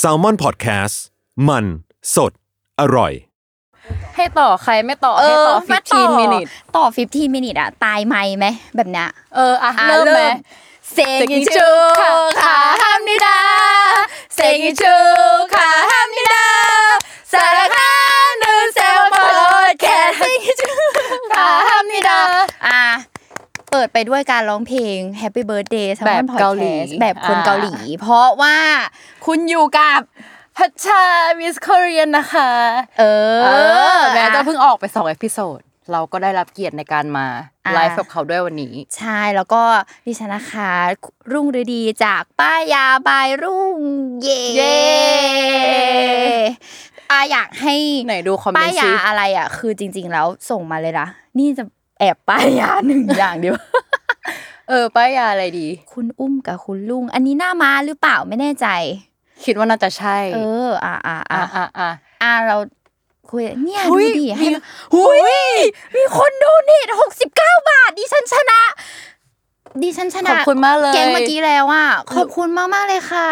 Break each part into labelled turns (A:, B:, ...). A: s a l ม o n PODCAST มันสดอร่อย
B: ให้ต่อใครไม่ต่อ
C: เอ
B: ให้
C: อ
B: ต่อ
C: มาต่อ
B: 15 minute
C: ต่อ 15 minute อะตายไหมไหมแบบเนี้ย
B: เอออ่ะ
C: อ่ะ
B: เริ่มไหม
C: เซงิจูค่ะฮามนิดาเซงิจูค่ะฮามนิดาสารคานูเซลมาโลดแคทเซงิจูค่ะฮามนิดาอ่ะเปิดไปด้วยการร้องเพลง Happy Birthday สำห
B: แบ
C: รั
B: บเกาหลี
C: Podcast แบบคนเกาหลี เพราะว่าคุณอยู่กับ
B: พัชชามิส s คเรียนนะคะ
C: เออ
B: เออแม้
C: อ่
B: จะเพิ่งออกไป2เอพิโซดเราก็ได้รับเกียรติในการมา
C: อ่ะ
B: ไลฟ์กับเขาด้วยวันนี้
C: ใช่แล้วก็ดิฉันนะคะรุ่งฤดีจากป้ายาบายรุ่งเย่
B: เย้
C: อาอยากให้
B: ไหนดูคอมเม
C: ป้าน
B: ต์ซิ
C: ยาอะไรอ่ะ คือจริง ๆ แล้วส่งมาเลยนะนี่จะแอบป้ายาหนึ่งอย่างเดียว
B: เออป้ายยาอะไรดี
C: คุณอุ้มกับคุณลุง อันนี้หน้ามาหรือเปล่าไม่แน่ใจ
B: คิดว่าน่าจะใช่
C: เออ อ่าอ่าอ่า
B: อ่ะอ่ะอ่ะ
C: อ่าเราคุยเนี่ย
B: หุ
C: ดู
B: ย
C: ดิ
B: มี
C: ให้มันหุยมีคนโดเนทหกสิบเก้าบาท ดิฉันชนะ ดิฉันชนะ
B: ขอบคุณมากเลย
C: เกมเมื่อกี้แล้วอ่ะขอบคุณมากมากๆเลยค่ะ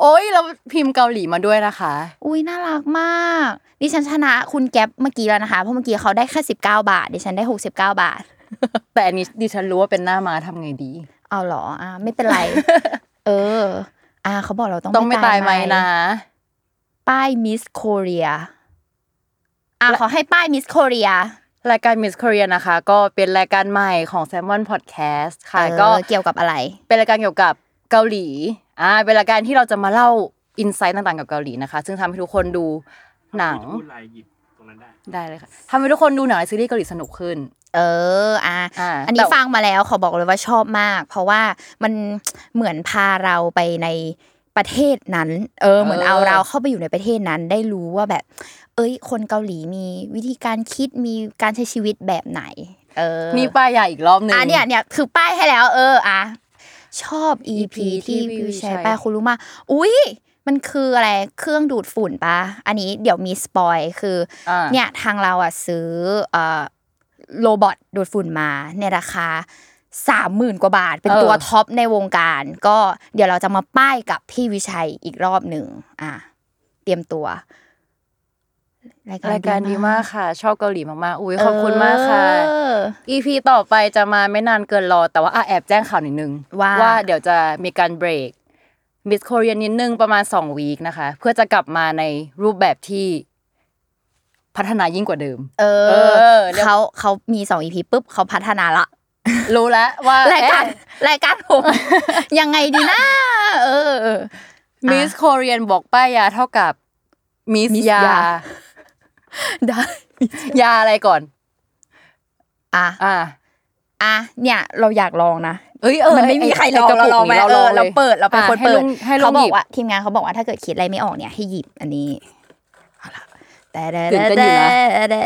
B: โอ้ยเราพิมพ์เกาหลีมาด้วยนะคะ
C: อุ้ยน่ารักมาก ดิฉันชนะคุณแก๊ปเมื่อกี้แล้วนะคะ เพราะเมื่อกี้เขาได้แค่สิบเก้าบาท ดิฉันได้หกสิบเก้าบาท
B: แต่อันนี้ดิฉันรู้ว่าเป็นหน้ามาทำไงดี
C: เอาเหรออ่าไม่เป็น ไร เออ อ่าเขาบอกเราต้อง
B: ต้องไม่ตายไหมนะ
C: ป้ายมิสโคเรียอ่าขอให้ป้ายมิสโคเรีย
B: รายการ Miss Korea นะคะ ก็เป็นรายการใหม่ของ s ซ l m o n Podcast ค่ะก็
C: เกี่ยวกับอะไร
B: เป็นรายการเกี่ยวกับเกาหลีอ่าเป็นรายการที่เราจะมาเล่าอินไซต์ต่างๆกับเกาหลีนะคะ ซึ่งทำให้ทุกคนดูหนัง
D: พูดอะไรหยิบตรงนั้นได้
B: ได้เลยค่ะทำให้ทุกคนดูหนังและซีรีส์เกาหลีสนุกขึ้น
C: เออ อ่า
B: อ่า
C: อันนี้
B: แต่
C: ฟังมาแล้วขอบอกเลยว่าชอบมาก เพราะว่ามัน เหมือนพาเราไปในประเทศนั้น เออ เหมือน
B: เออ
C: เอาเราเข้าไปอยู่ในประเทศนั้นได้รู้ว่าแบบ เอ้ย คนเกาหลีมีวิธีการคิดมีการใช้ชีวิตแบบไหน เออ
B: นี่ป้ายใหญ่อีกรอบหนึง
C: อ่ะเนี่ยเนี่ยคือป้ายให้แล้ว เออ อ่ะชอบ EP ที่วิวใช้ป้ายคุณรู้มาอุ้ยมันคืออะไรเครื่องดูดฝุ่นปะอันนี้เดี๋ยวมีสปอยคือ
B: อ่า
C: เนี่ยทางเราอ่ะซื้อเอ่อโรบอทดูดฝุ่นมาในราคาสามหมื่นกว่าบาท เป็น
B: เออ
C: ตัวท็อปในวงการ ก็เดี๋ยวเราจะมาป้ายกับพี่วิชัยอีกรอบหนึ่งอ่ะเตรียมตัว
B: รายการดีมากค่ะ ชอบเกาหลีมากๆอุ้ยขอบคุณมากค่ะ
C: เออ
B: EP ต่อไปจะมาไม่นานเกินรอ แต่ว่าอ่ะแอบแจ้งข่าวนิดนึง
C: ว่า
B: ว่าเดี๋ยวจะมีการเบรกมิสโคเรียนิดนึงประมาณ2วีคนะคะ เพื่อจะกลับมาในรูปแบบที่พัฒนายิ่งกว่าเดิม
C: เอ
B: เอ
C: อ
B: อเดี๋ยว
C: เขาเขามีสองอีพีปุ๊บเขาพัฒนาละ
B: รู้แล้วว่าร
C: ายการรายการผม ยังไงดีนะเออ
B: มิสโคเรียนบอกป้ายยาเท่ากับมิส
C: Miss
B: ยา
C: ยา ได้
B: ยาอะไรก่อน
C: อ่ะ
B: อ่า
C: อ่ะเนี่ยเราอยากลองนะ
B: เอ้ยเออ
C: มันไม่มีใครลอง
B: กะ
C: เรา
B: ปุก
C: ลองไหม
B: นี้
C: เออ
B: ล
C: เรา
B: ย
C: เปิดเราเป็น
B: อ่ะ
C: คนเปิด
B: ให้ลุงให้ลุ
C: เขา
B: ง
C: บ
B: ห
C: อ
B: ยิ
C: ก
B: บ
C: ว่าทีมงานเขาบอกว่าถ้าเกิดคิดอะไรไม่ออกเนี่ยให้หยิบอันนี้เอาล่ะแต่แต่
B: ตื่นเต้นอยู่นะ
C: แต่แต่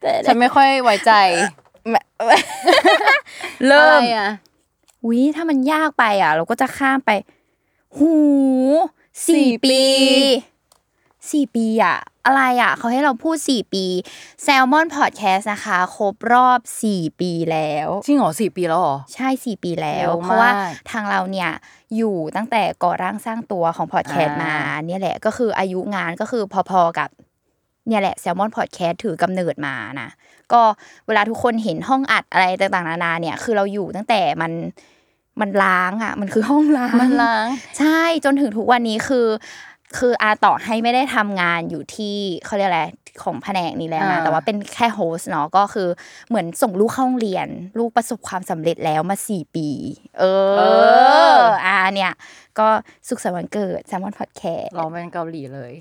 C: แต่
B: ฉันไม่ค่อยไว้ใจ
C: เริ่ม
B: อะไรอ่ะ
C: วิถ้ามันยากไปอ่ะ เราก็จะข้ามไป หูสี่
B: สี่ปี
C: ปีสี่ปีอ่ะ อะไรอ่ะเขาให้เราพูดสี่ปี แซลมอนพอดแคสต์นะคะ ครบรอบสี่ปีแล้ว
B: จริงเหรอสี่ปีแล้วเหรอ
C: ใช่สี่ปีแล้ว
B: เร็วมาก
C: เพราะว่าทางเราเนี่ยอยู่ตั้งแต่ก่อร่างสร้างตัวของพอดแคสต์
B: อ่าม
C: มา เนี่ยแหละก็คืออายุงานก็คือพอๆกับ เนี่ยแหละแซลมอนพอดแคสต์ถือกำเนิดมานะก็เวลาทุกคนเห็นห้องอัดอะไรต่างๆนานาเนี่ย คือเราอยู่ตั้งแต่มันมันล้างอ่ะ มันคือห้องล้าง
B: มันล้าง
C: ใช่จนถึงทุกวันนี้คือ คืออาต่อให้ไม่ได้ทำงานอยู่ที่เขาเรียกอะไรของแผนกนี้แล้วนะ
B: อ่า
C: แต่ว่าเป็นแค่โฮสต์เนาะก็คือเหมือนส่งลูกเข้าโรงเรียน ลูกประสบความสำเร็จแล้วมาสี่ปี เอออ่าเนี่ย ก็สุขสันต์วันเกิดแซมมอนพอดแคสต์
B: เราเป็นเกาหลีเลย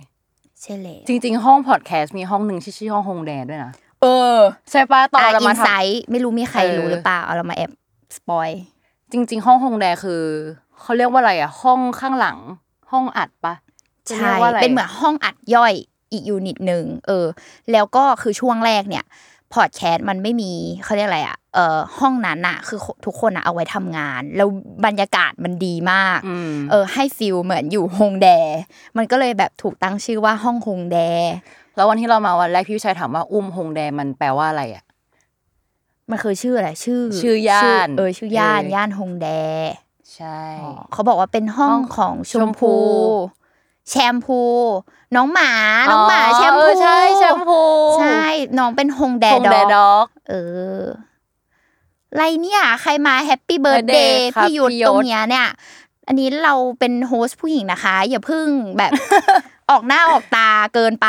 C: ใช่เลย
B: จริง ๆ ห้องพอดแคสต์มีห้องหนึ่งที่ชื่อห้องฮงแดนด้วยนะ
C: เออ
B: ใช่ปะตอน
C: อ่า
B: เรา
C: อิ
B: มาน ท
C: ไซต์ไม่รู้มีใคร
B: เออ
C: รู้หรือเปล่าเอาเรามาแอบสปอย
B: ำจริง ๆ ห้องฮงแดนคือเขาเรียกว่าอะไรอ่ะ ห้องข้างหลัง ห้องอัดปะจะรี
C: ใช่
B: ยกว่าะไร
C: เป็นเหมือนห้องอัดย่อยอีกยูนิตหนึ่งเออ แล้วก็คือช่วงแรกเนี่ยพอดแคสต์มันไม่มีเขาเรียกอะไรอ่ะเออห้องนั้นน่ะ คือทุกคนน่ะเอาไว้ทำงาน แล้วบรรยากาศมันดีมาก
B: อืม
C: เออให้ฟิลเหมือนอยู่ฮงแด มันก็เลยแบบถูกตั้งชื่อว่าห้องฮงแด
B: แล้ววันที่เรามาวันแรกพี่วิชัยถามว่าอุ้มฮงแดนมันแปลว่าอะไรอ่ะ
C: มันคือชื่ออะไรชื่อ
B: ชื่อย่าน
C: เออชื่อย่าน
B: เออ
C: ย่านฮงแด
B: ใช่
C: อ๋อเขาบอกว่าเป็นห้อ
B: ห้
C: ง
B: อง
C: ของชม
B: ช
C: พู
B: มพู
C: แชมพู น้องหมาน้องหมาแชม
B: เอ
C: พู
B: อใช่แชมพู
C: ใช่น้องเป็นฮงแด
B: ผมแดด
C: ดอก
B: ด็อก
C: เออไรเนี่ยใครมาแฮปปี้เบิร์ดเด
B: Birthday
C: ย์
B: ครับ
C: พี่ยุทธ
B: พี่ยุทธ
C: ตรงเนี้ยเนี่ย อันนี้เราเป็นโฮสต์ผู้หญิงนะคะ อย่าเพึ่งแบบ ออกหน้าออกตาเกินไป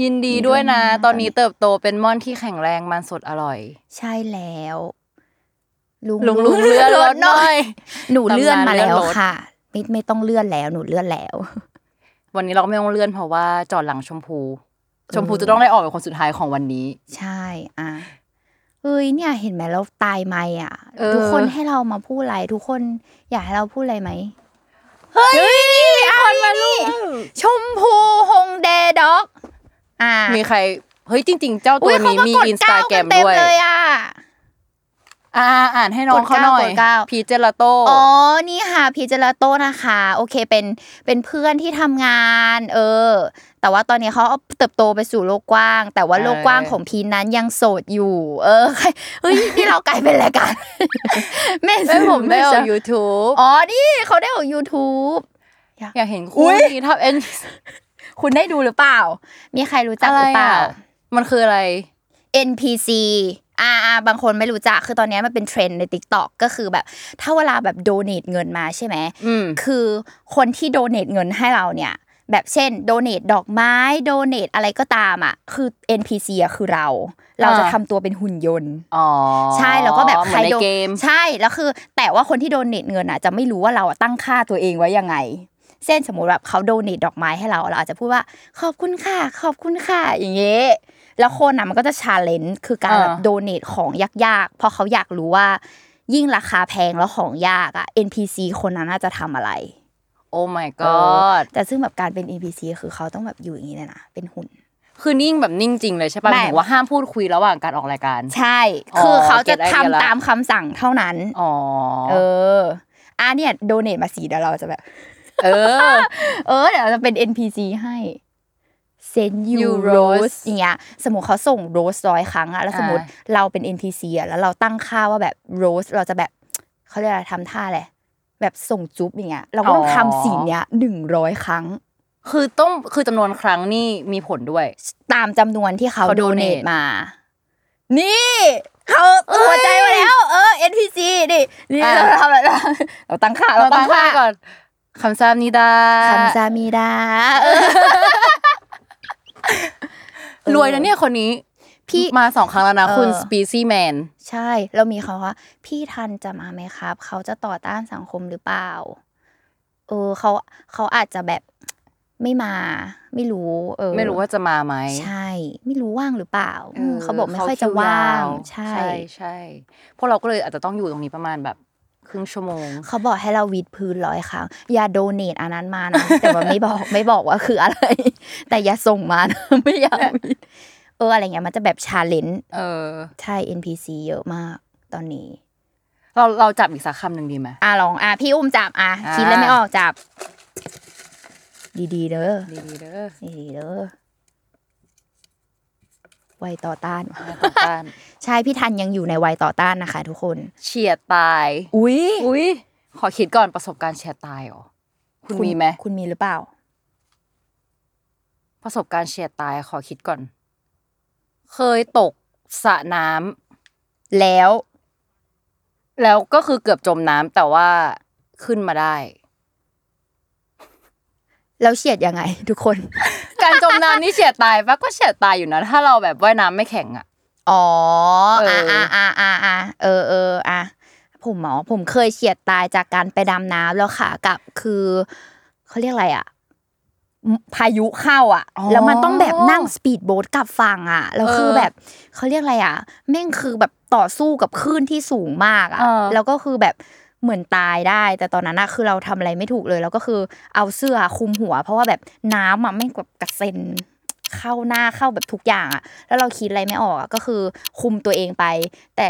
B: ยินดีด้วยนะ
C: ยินดีด้วยนะ
B: ตอนนี้เติบโตเป็นม่อนที่แข็งแรงมันสดอร่อย
C: ใช่แล้ว
B: ลุงลุงเลือดรถหน่อย
C: หนูเลื่อนมา
B: ตำนาน
C: แล้ว
B: เลื่อนรถ
C: ค่ะ ไม่ไม่ต้องเลื่อนแล้วหนูเลื่อนแล้ว
B: วันนี้เราไม่ต้องเลื่อนเพราะว่าจอดหลังชมพู ชมพูจะต้องได้ออกเป็นคนสุดท้ายของวันนี้
C: ใช่ อ่ะ เอ้ย เนี่ย เห็นไหมเราตายไหมอ่ะ
B: เออ
C: ทุกคนให้เรามาพูดอะไร ทุกคนอยากให้เราพูดอะไรไหม
B: เฮ้ยมีคนมาลูก
C: ชมพูฮงเดด็อก อ่ะ
B: มีใคร เฮ้ยจริง ๆ เจ้าตั
C: อุ๊
B: วย นี้
C: เขา
B: มี
C: กด
B: อินสตา
C: เก้า
B: แกรม
C: เต็
B: ด้วย
C: เลยอ่ะ
B: อ่าอ่านให้น้องเขาหน่อย
C: กดเก้า
B: พีเจลาโต้
C: อ๋อ นี่ค่ะพีเจลาโต้นะคะ โอเคเป็นเป็นเพื่อนที่ทำงาน เออ แต่ว่าตอนนี้เขาเอาเติบโตไปสู่โลกกว้าง แต่ว่า
B: เออ
C: โลกกว้างของพีนั้นยังโสดอยู่ เออ ใครเฮ้ยนี่เรากลายเป็นรายการ แม่
B: ไม่ผมได้ออก
C: ซื้
B: YouTube
C: อ๋อ นี่เขาได้ออก YouTube
B: อยากเห็นคู่นี้ทับเอ็น
C: คุณได้ดูหรือเปล่า มีใครรู้จักหรือเปล่า
B: อะไรอะ มันคืออะไร
C: NPC อ่าอ่าบางคนไม่รู้จัก คือตอนนี้มันเป็นเทรนด์ใน t ิ k t o k ก็คือแบบ ถ้าเวลาแบบโดเน a t เงินมาใช่ไหม
B: อืม
C: คือคนที่โดเน a t เงินให้เราเนี่ย แบบเช่นโดเน a t ดอกไม้โดเน a t อะไรก็ตามอ่ะ คือ NPC อ่ะคือเรา เราจะ
B: อ่า
C: ทำตัวเป็นหุ่นยนต์
B: อ๋อ
C: ใช่แล้วก็แบบ
B: เห
C: ใค
B: มื
C: ร
B: อนใน
C: โด
B: เกม
C: ใช่แล้วคือ แต่ว่าคนที่โดนเนตเงินอ่ะจะไม่รู้ว่าเราอะตั้งค่าตัวเองไว้ยังไง เช่นสมมติแบบเขาโดนเนตดอกไม้ให้เราเราอาจจะพูดว่าขอบคุณค่ะขอบคุณค่ะอย่างเงี้ยแล้วคนอ่ะมันก็จะชาเลนจ์คือการ
B: อ่า
C: แบบโดเนตของยากๆเพราะเขาอยากรู้ว่า ยิ่งราคาแพงแล้วของยากอ่ะ NPC คนนั้นน่าจะทำอะไร
B: โอ้ my
C: เออ
B: god
C: แต่ซึ่งแบบการเป็น NPC คือเขาต้องแบบอยู่อย่างนี้เลยนะเป็นหุ่น
B: คือนิ่งแบบนิ่งจริงเลยใช่ป่ะห
C: ไม่
B: มายถึงว่าห้ามพูดคุยระหว่างการออกรายการ
C: ใช่
B: อ๋อ
C: คือเขาจะ
B: get idea
C: ทำ
B: ละ
C: ตามคำสั่งเท่านั้น
B: อ๋อ
C: เออ อ่ะเนี่ยโดเนทมาสีเดี๋ยวเราจะแบบ
B: เออ
C: เออเดี๋ยวเราจะเป็น NPC ให้เซนยู
B: You
C: โร
B: rose
C: สอย่างเงี้ยสมมติเขาส่งโรสร้อยครั้งอะแล้วสมมติ
B: อ่
C: เราเป็น NPC อะแล้วเราตั้งค่าว่าแบบโรสเราจะแบบเขาเรียกอะไรทำท่าอะไรแบบส่งจุ๊บอย่างเงี้ยเราก็ต้องทำสีเนี้ยหนึ่งร้อยครั้ง
B: คือต้องคือจำนวนครั้งนี่มีผลด้วย
C: ตามจำนวนที่เขา
B: เขา
C: โดเน
B: donate
C: ทมา นี่เขาหัวใจมาแล้ว เออ NPC ดินี่
B: อ่ะ
C: เราทำอะไรนะเราตั้งค่าเราตั้งค่า
B: ก่อนคำซามนิดา
C: คำซามีดาร
B: วยนะเนี่ยคนนี้
C: พี่
B: มาสองครั้งแล้วนะ
C: เออ
B: คุณ Species Man
C: ใช่ เรามีคำว่า พี่ทันจะมาไหมครับ เขาจะต่อต้านสังคมหรือเปล่า เออเขาเขาอาจจะแบบไม่มา ไม่รู้ เออ
B: ไม่รู้ว่าจะมาไหม
C: ใช่ ไม่รู้ว่างหรือเปล่า
B: อ
C: มเขาบอกไม่ค่อยจะว่าง ใช่
B: ใช่ใช่พวกเราก็เลยอาจจะต้องอยู่ตรงนี้ประมาณแบบครึ่งชั่วโมง
C: เขาบอกให้เราวิดพื้นร้อยครั้ง อย่าโดเนทอันนั้นมานะ แต่ว่าไม่บอกไม่บอกว่าคืออะไร แต่อย่าส่งมานะ ไม่อยากวิดเอออะไรเงี้ยมันจะแบบชาเลนจ์
B: เออ
C: ใช่ NPC เยอะมากตอนนี้
B: เราเราจับอีกสักคำหนึ่งดีไหม
C: อ่ะลองอ่ะพี่อุ้มจับอ่ะ
B: อ่า
C: คิดแล้วไม่ออกจับ ดีๆเด้อ
B: ดีๆเด้อ
C: ดีๆเด้อวัยต่อต้านว่ะ
B: มาต่อต้าน
C: ใช่พี่ทันยังอยู่ในวัยต่อต้านนะคะ ทุกคน
B: เฉียดตาย
C: อุ้ย
B: อุ้ยขอคิดก่อนประสบการณ์เฉียดตายเหรอ คุณมีไหม
C: คุณมีหรือเปล่า
B: ประสบการณ์เฉียดตายขอคิดก่อน เคยตกสระน้ำ
C: แล้ว
B: แล้วก็คือเกือบจมน้ำแต่ว่าขึ้นมาได้
C: แล้วเฉียดยังไง ทุกคน
B: การจมน้ำนี่เฉียดตายปะก็เฉียดตายอยู่นะ ถ้าเราแบบว่ายน้ำไม่แข็งอ่ะ
C: อ๋อ
B: เอ
C: อ่ะ
B: ออ่
C: อ่ะอ่ะอ่ะอ่ะเออเอออ่ะผมหมอผมเคยเฉียดตายจากการไปดำน้ำแล้วขากลับคือเขาเรียกอะไรอ่ะมพายุเข้าอ่ะ
B: อ๋อ
C: แล้วมันต้องแบบนั่งสปีดโบ๊ทกลับฝั่งอ่ะแล้วคือแบบเขาเรียกอะไรอ่ะ แม่งคือแบบต่อสู้กับคลื่นที่สูงมากอ่ะ
B: เออ
C: แล้วก็คือแบบเหมือนตายได้ แต่ตอนนั้นอะคือเราทำอะไรไม่ถูกเลย แล้วก็คือเอาเสื้อคลุมหัว เพราะว่าแบบน้ำอะไม่งแบบกระเซ็นเข้าหน้าเข้าแบบทุกอย่างอะแล้วเราคิดอะไรไม่ออกอะก็คือคุมตัวเองไป แต่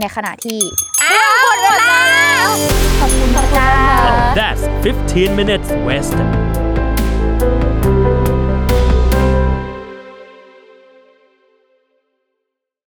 C: ในขณะที่อ้าวหมดเวลาขอบคุณพระเจ้า
D: That's 15 minutes west.